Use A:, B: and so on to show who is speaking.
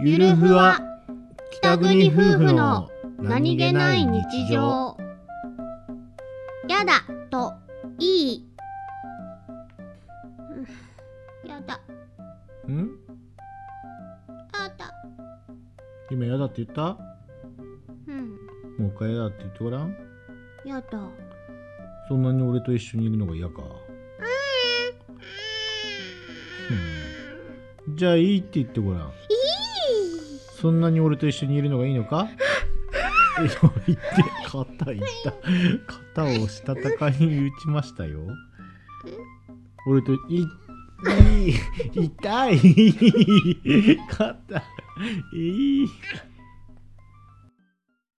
A: ゆるふわ北国夫婦の何気ない日常
B: やだといいうんやだ
A: ん
B: あだ
A: 今やだって言った
B: うん
A: もう一回やだって言ってごらん
B: やだ
A: そんなに俺と一緒にいるのが嫌かうんじゃあいいって言ってごらんそんなに俺と一緒にいるのがいいのかえどう言って肩いった肩をしたたかに打ちましたよ俺といい痛い肩いい